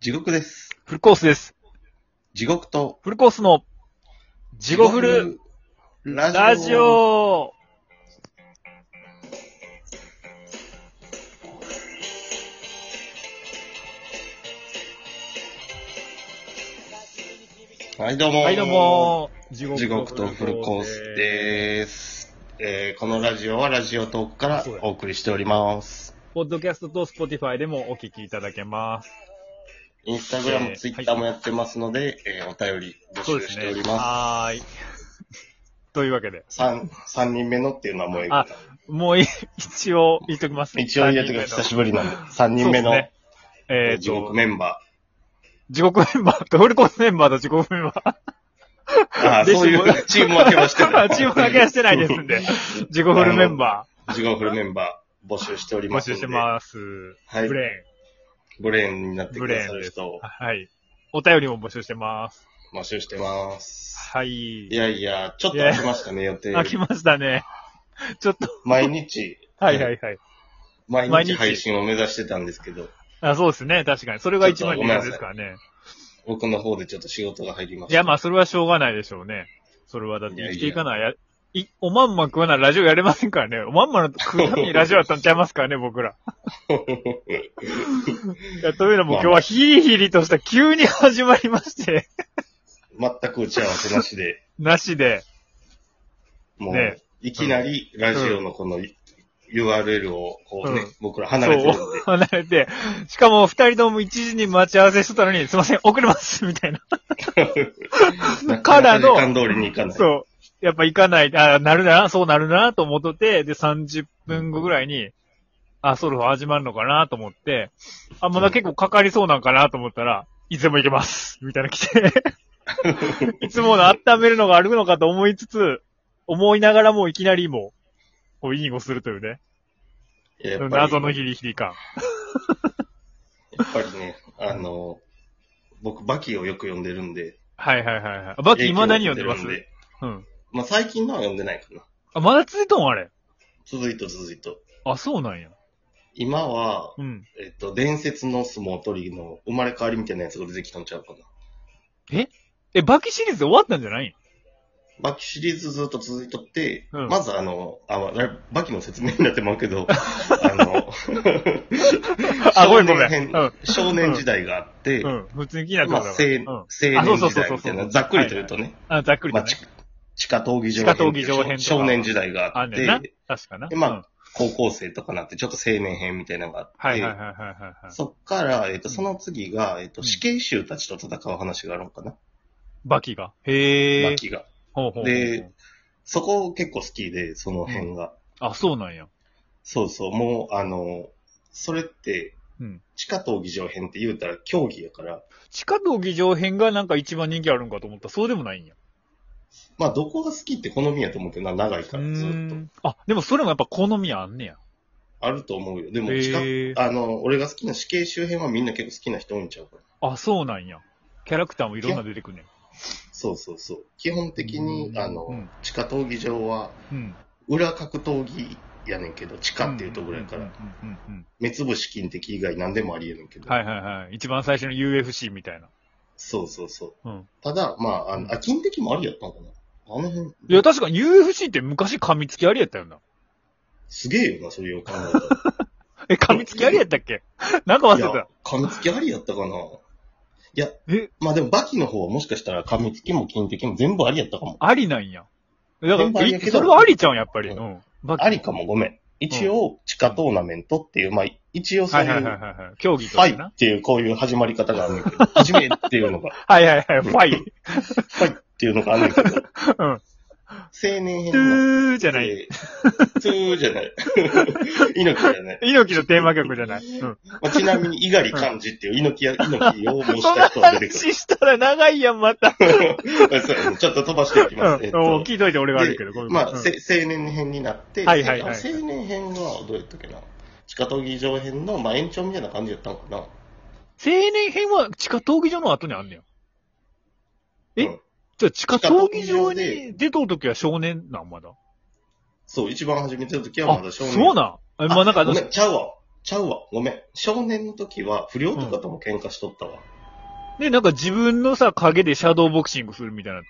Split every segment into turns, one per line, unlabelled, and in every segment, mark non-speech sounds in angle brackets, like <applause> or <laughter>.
地獄です。
フルコースです。
地獄と、
フルコースの、地獄フル
ラジオ。
ラジオ
はい、どうも。
はい、どう。も地
地獄とフルコース
す。
です。えー、このラジオはラジオトークからお送りしております。
ポッドキャストと Spotify でもお聞きいただけます。
インスタグラム、ツイッターもやってますので、えー、お便り
そう
募
で
集
す
してお
ね
り。ま
はーい。 <laughs> というわけで、
す。三三人目のっていうのはもう、
あもうい一応言っときます。
一応言えてください。久しぶりなんで、三人目の、
そうですねえー、
地獄
と、
メンバ
地獄メンバーと、フルコースメンバーと地獄メンバー。
ー。ああ、
で
そういう
地 <laughs> 獄
<laughs> チーム分けはして
<laughs>
ない
チーム分けはしてないです
<laughs>
んで。地獄フルメンバ
地獄フルメンバー募集しており
ー
ま
募
すの
集
で。
してます。
はい
ブレ
ブレーンになって
ーン。ブ
く
レ
ださ
ーン
る
です。
人を
はい。お便りも募集してます。
募集してます。
はい。
いやいや、ちょっと飽きましたね、予定。
あ、来ましたね。ちょっと、
毎日、
はいはいはい。
毎
毎
日
日
配信を目指してたんですけど、
あそうですね、確かに。それが一番
ちょっと
理
ごめんな
由
さい
ですからね。
僕の方でちょっと仕事が入りまし
い
た。
や、まあ、それはしょうがないでしょうね。それはだって
いやいや
生きていかないや、い、おまんま食わないラジオやれませんからね。おまんまの食うためにラジオやったんちゃいま
<laughs>
すからね、僕ら。いや、というのも今日はヒリヒリとした急に始まりまして、
全く打ち合わせなし
<laughs>
で、
なしで。
もう、
ね
いきなりラジオのこの URL を、こうね、
うん
僕ら離れてるんで
そう、離れて。しかも、二人とも1時に待ち合わせしてたのに、すいません、遅れます、みた
<laughs>
いな。
な
か
からなか
の
時間通りに行かない。
そう。やっぱ行かない、あなるな、そうなるな、と思っとって、で、30分後ぐらいに、あ、そろそろ始まるのかな、と思って、あ、まだ結構かかりそうなんかな、と思ったら、いつでも行けます、みたいな
<laughs>
来て、いつもの温めるのがあるのかと思いつつ、思いながらもいきなりもう、こう、インをするというね、
やっぱり
謎のヒリヒリ感。
やっぱりね、あの、僕、バキをよく読んでるんで。
はいはいはいはい。バッキー未だに読んでま
影
す
響を受けてる
うん。
まあ、最近のは読んでないかな。
あ、まだ続いとんあれ。
続いと続いと。
あ、そうなんや。
今は、
うん。
えっと、伝説の相撲取りの生まれ変わりみたいなやつが出てきたんちゃうかな。
え、バキシリーズ終わったんじゃないん
バキシリーズずっと続いとって、
うん
まずあの、あ、あれバキの説明になってまうけ
<laughs>
ど、あの、
あ、ごめんごめ
少年編
ん。うん。
少年時代があって、
うん。普通に気になって
まあ、
た
青
わ
青年
うん
時代みたいな、ざっくりと言うとね、
あ、ざっくり
ま
と
あ、
ね
ち。地下闘技場
地下闘技場編とか
少年時代があ
あ
っ
んねんな
て、。
確かな。
でま
うん
あ、高校生とかなって、ちょっと青年編みたいなのがあって、
はいはいはいはいはいはい。
そっから、えっ、と、その次が、えっ、と、
うん
死刑囚たちと戦う話があるのかな、
バキが。へ
バ
え。
キが。
ほうほうほうほう
で、そこ結構好きで、その辺が。
あ、そうなんや。
そうそう、もう、あの、それって、
うん。
地下闘技場編って言うたら競技やから、
地下道議場編がなんか一番人気あるんかと思ったらそうでもないんや。
まあ、どこが好きって好みやと思うけどな、長いから、ず
う
っと
ー。んあ、でもそれもやっぱ好みあんねや。
あると思うよ。でも、地下、
へえ。
あの、俺が好きな死刑周辺はみんな結構好きな人多いんちゃうから。
あ、そうなんや。キャラクターもいろんな出てくんねん。
そうそうそう。基本的に
う、ん
あの、
うん
地下闘技場は、
うん。
裏格闘技やねんけど、地下っていうところやから、
うんうんうんうん
目つぶし金的以外何でもありえるんけ
うん。
ど。
はいはいはい。一番最初の UFC みたいな。
そうそうそう。
うん。
ただ、まあ、あの、あ、金的もありやったのかなあの辺、
いや、確かに UFC って昔噛みつきありやったよな。
すげえよな、それを考えた
<laughs>
ら。
え、噛みつきありやったっけなんか忘
い
れて
や
た。、
噛みつきありやったかな。いや、
え
まあでも、バキの方はもしかしたら噛みつきも金的も全部ありやったかも。
ありなんや。だか
全部あ
ら、
りや
い
けど
それはありちゃうん、やっぱり。
う
うんん。バキ
ありかも、ごめん。一応、地下トーナメントっていう、まあ、一応そう
はい
い
はいはいは
う、
いはい。競技と
ファ
して
イ
な
っ。ていう、こういう始まり方があるんだけど、始めっていうのが、
はいはいはい。ファイ。
ファイっていうのがあるんだけど、
<laughs> うん。
青年編
ト
の、
ゥーじゃない。
えー、トゥーじゃない。 <laughs> 猪木じゃない。
猪木のテーマ曲じゃない。うん。
まあ、ちなみに、猪狩漢字っていう猪
<laughs>
木や、猪木を申し
そん
た
な
人が出てくる。
話したら長いやん、ま
<laughs>
た。
そうちょっと飛ばしていき
うん。お
ます。えっと、
聞いといて俺があるけど、ごめん
まあ、
うん
せ青年編になって、
はいはいはい
あ青年編はどうやったっけな。地下闘技場編の、まあ、延長みたいな感じやったのかな。
青年編は地下闘技場の後にあんねや。え
うん
じゃあ地下闘技場
地下闘技
に出とう時は少年なん、まだ。
そう、一番初めての時は
あ
まだ、少年。
そうなん。えまあなんかあ
ご
の
め、ん、ちゃうわ。ちゃうわ。ごめん。少年の時は、不良とかとも喧嘩しとったわ。
で、なんか自分のさ、影でシャドーボクシングするみたいなって。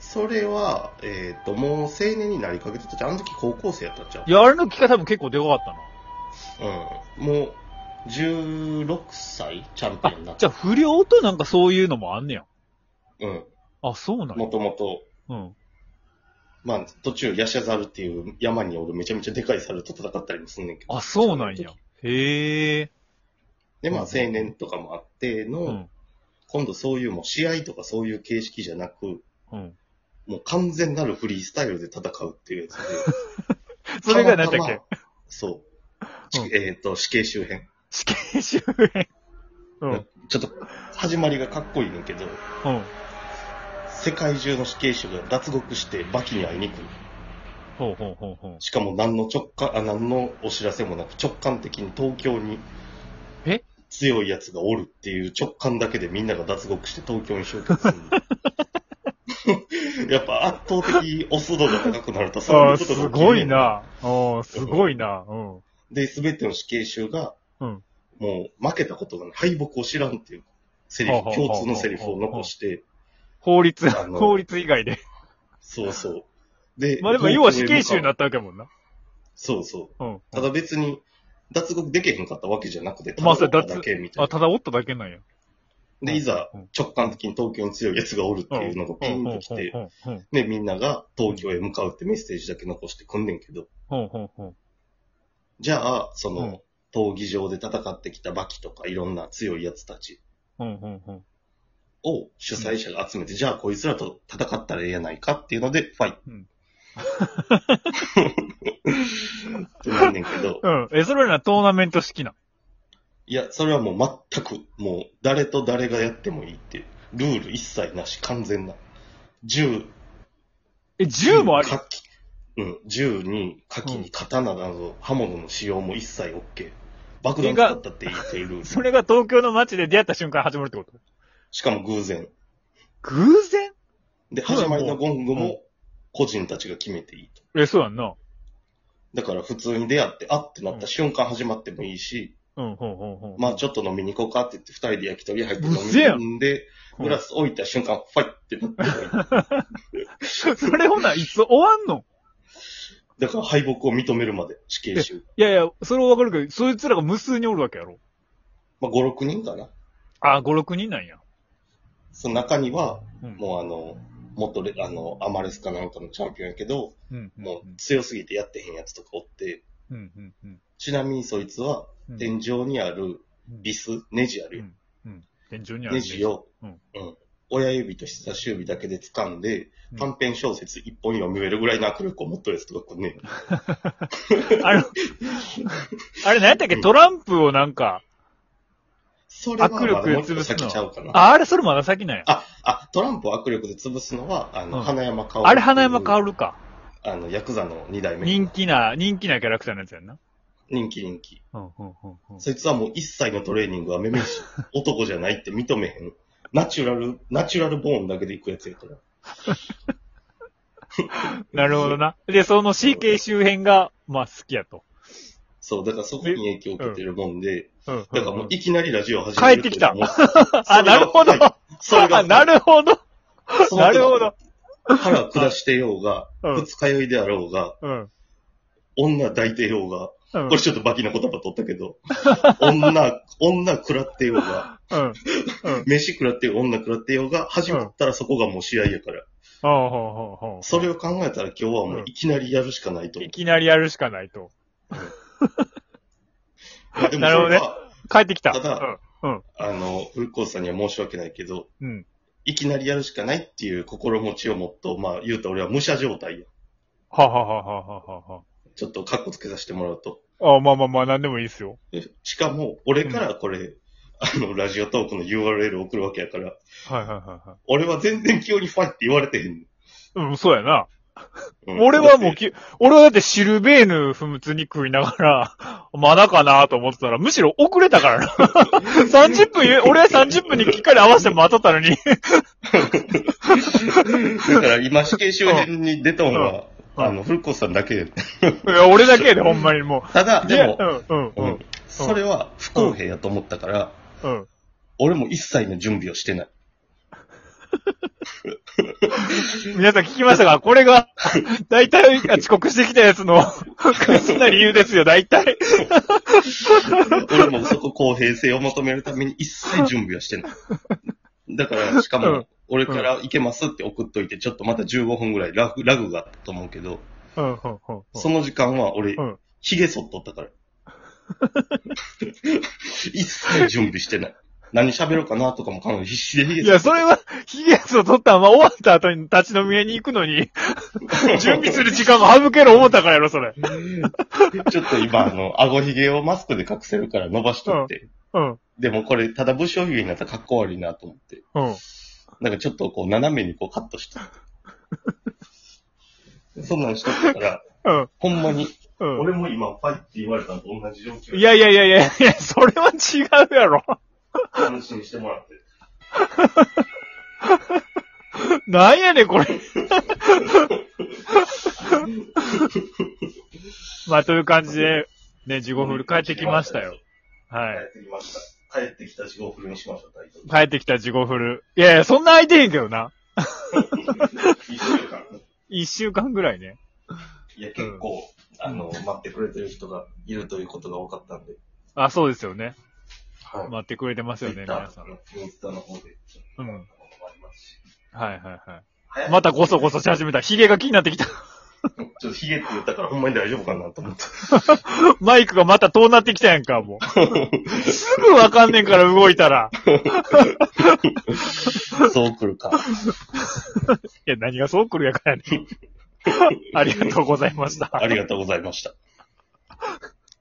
それは、えっ、と、もう青年になりかけてたじゃん。あの時高校生やったじゃん。
いや、あれの機会多分結構でかかったな。
うん。もう、16歳チャンピオンにな
あ
っ、
じ
た。
ゃあ不良となんかそういうのもあんねや。
うん。
あ、そうなんや
もともと、
うん。
まあ、途中、ヤシャザルっていう山におるめちゃめちゃでかい猿と戦ったりもすんねんけど。
あ、そうなんや。へえ。
で、まあ、青年とかもあっての、
うん。
今度そういうもう試合とかそういう形式じゃなく、
うん。
もう完全なるフリースタイルで戦うっていうやつで。
<laughs> それが何だ
た
っ
また
け
まそう。
うん
えっ、と、死刑周辺。
死刑周辺。うん。うん。
ちょっと、始まりがかっこいいねんけど、世界中の死刑囚が脱獄してバキに会いに来る。
ほうほうほうほう。
しかも何の直感、あ、何のお知らせもなく直感的に東京に
え
強いやつがおるっていう直感だけでみんなが脱獄して東京に集結する。 <laughs> やっぱ圧倒的オス度が高くなると
あ
う
あ、
うことが起
す
きる
ご
ね
い
ん。
な。ああ、すごいな。うん。
で、すべての死刑囚が、
うん
もう負けたことがない敗北を知らんっていうセリ
はあ
フ、
はあ
共通のセリフを残して、
法律、
あの
<laughs> 法律以外で。
そうそう。で、
まあでも、要は死刑囚になったわけやもんな。
そうそう。
うん。
ただ別に、脱獄できへんかったわけじゃなくて、
まあそう
ただだけみたい
あ、
な。
ただおっただけなんや。
で、いざ
うん
直感的に東京に強いやつがおるっていうのがピンときて、
ほうほう
で、みんなが東京へ向かうってメッセージだけ残してくんねんけど、
ほうほうほう。
じゃあ、その、
うん
闘技場で戦ってきたバキとかいろんな強いやつたち
うんうんうん。
を主催者が集めて、じゃあこいつらと戦ったらええやないかっていうので、ファイト。
うん
ってなんねんけど、
うん。え、それらトーナメント式なん。
いや、それはもう全く、もう誰と誰がやってもいいっていう、ルール一切なし、完全な。銃、
え、銃もあり
火器うん、銃に、火器に刀など、刃物の使用も一切 OK。爆弾使ったっていいっていうルール。
それが東京の街で出会った瞬間始まるってこと
しかも偶然。
偶然
で、
そうだ
始まりのゴング
も
も個人たちが決めていいと。
え、そうやんな。
だから普通に出会って、あってなった瞬間始まってもいいし、
うん、ほうほうほう。
まあちょっと飲みに行こうかって言って二人で焼き鳥入って
うっせえや
飲みにんで、グラス置いた瞬間、ファイってなってもいい。
<laughs> それほな、いつ終わんの
だから敗北を認めるまで、死刑囚。
いやいや、それはわかるけど、そいつらが無数におるわけやろ。
まあ5、6人かな。
あ、5、6人なんや。
その中には、
うん。
もうあの、元レ、あの、アマレスかなんかのチャンピオンやけど、
うん。うん
もう強すぎてやってへんやつとかおって、
うん。うん。うん。
ちなみにそいつは、
うん
天井にあるビス、ネジあるよ。
天井にある
ネジを、
う
うんん。親指と人差し指だけで掴んで、
うん
短編小説一本読めるぐらいの握力を持っとるやつとかこうね。
あれ、あれ何やったっけトランプをなんか、
それはまだ
握力
もう一個
潰すの
先ちゃうかな。あ
あ、あれそれまだ先なんや。
あ、トランプを握力で潰すのは、あの、
うん
花山薫。
あれ花山薫か。
あの、ヤクザの二代目。
人気な、人気なキャラクターのやつやんな。
人気人気。
うん、うん、うん。うん
そいつはもう一切のトレーニングはめめ
<laughs>
しい。男じゃないって認めへん。ナチュラル、ナチュラルボーンだけでいくやつやから。
なるほどな。で、その CK 周辺が、まあ好きやと。
そう、だからそこに影響を受けてるもんで、
うん。
だからもういきなりラジオ始
帰
める
ってきた
もう
あ、なるほど。
それが <laughs> それが
あ、 <laughs> なるほど。
その
なるほど。
腹下してようが、
うん
二日酔いであろうが、
うん。
女抱いてようが、
うん
これちょっとバキな言葉取ったけ
<laughs>
ど、女、女食らってようが、
うん。うん。
飯食らってよう、女食らってようが、始まったらそこがもう試合やから。
ほうほうほうほう。
それを考えたら今日はもういきなりやるしかないと思
いきなりやるしかないと。
う。
<laughs>
まあでも
なる
そ
ほど
れ
ね
は、
帰ってきた。
ただ
うん。
あの、古川さんには申し訳ないけど、
うん。うん。
いきなりやるしかないっていう心持ちをもっと、まあ言うと俺は武者状態や。
はははははは
ちょっとカッコつけさせてもらうと。
は。あ、まあまあまあ、なんでもいいですよ。
でしかも、俺からこれ、あの、ラジオトークの URL 送るわけやから、
はいはいはいはい。
俺は全然清にファイって言われてへん。
うん、そうやな。
うん
俺はもうき、俺はだってシルベーヌ普通に食いながら、 <laughs> まだかなと思ってたら、むしろ遅れたからな。30分 <laughs> 言う、俺は30分にきっかり合わせて待っとったのに。 <laughs>
だから今、死刑周辺に出たのは、
うんうん
あの、古子さんだけで。
いや俺だけやで、ほんまにも
ただ、
う。
でも、
いやうん、うん、う
うん
ん、
それは不公平やと思ったから、
うん。
俺も一切の準備をしてない。
皆さん聞きましたが、これが、大体あ遅刻してきたやつの、そんな理由ですよ、大体。
俺もそこ公平性を求めるために一切準備はしてない。だから、しか
うん
も、俺から行けますって送っといて、ちょっとまた15分ぐらいラグラグがあったと思うけど、
うん、うん、うん。
その時間は俺
うん、
髭剃っとったから。一切準備してない。何喋ろうかなとかも彼女必死で髭
い
剃っ
や、それは、ヒゲやつを取ったまま終わった後に立ち飲み屋に行くの <laughs> に、準備する時間も省ける思ったからやろ、それ。
ちょっと今、あの、顎髭をマスクで隠せるから伸ばしとって。
うん、で
でもこれ、ただ武将髭になったらかっこ悪いなと思って。
うん。
なんかちょっとこう、斜めにこうカットして。 <laughs> そんなんしとったから、
うん、
ほんまに、
うん。
俺も今、パイって言われたのと同じ状況
いやいやいやいやいや、それは違うやろ。 <laughs>
話にしてもらって。
なんやねん、これ。 <laughs> まあ、という感じで、ね、15分帰ってきましたよ。は
帰
い。
ってきました。帰ってきたし、ゴーフルにしました、タイトル。
帰ってきた地獄フル。いやいや、そんな空いてへんけどな。 <laughs>
一週間。
一週間ぐらいね。
いや、結構、あの、待ってくれてる人がいるということが多かったんで。
あ、そうですよね。
は
待ってくれてますよね、皆さん。
インスタの方で。
うん。
も
はい
ありますし
はいはい。
早い
またごそごそし始めた。ヒゲが気になってきた。 <laughs>
ちょっとヒゲって言ったからほんまに大丈夫かなと思って。
マイクがまた遠なってきたやんか、もう。すぐわかんねんから、動いたら。
そう来るか。
いや、何がそう来るやからね。ありがとうございました。
ありがとうございました。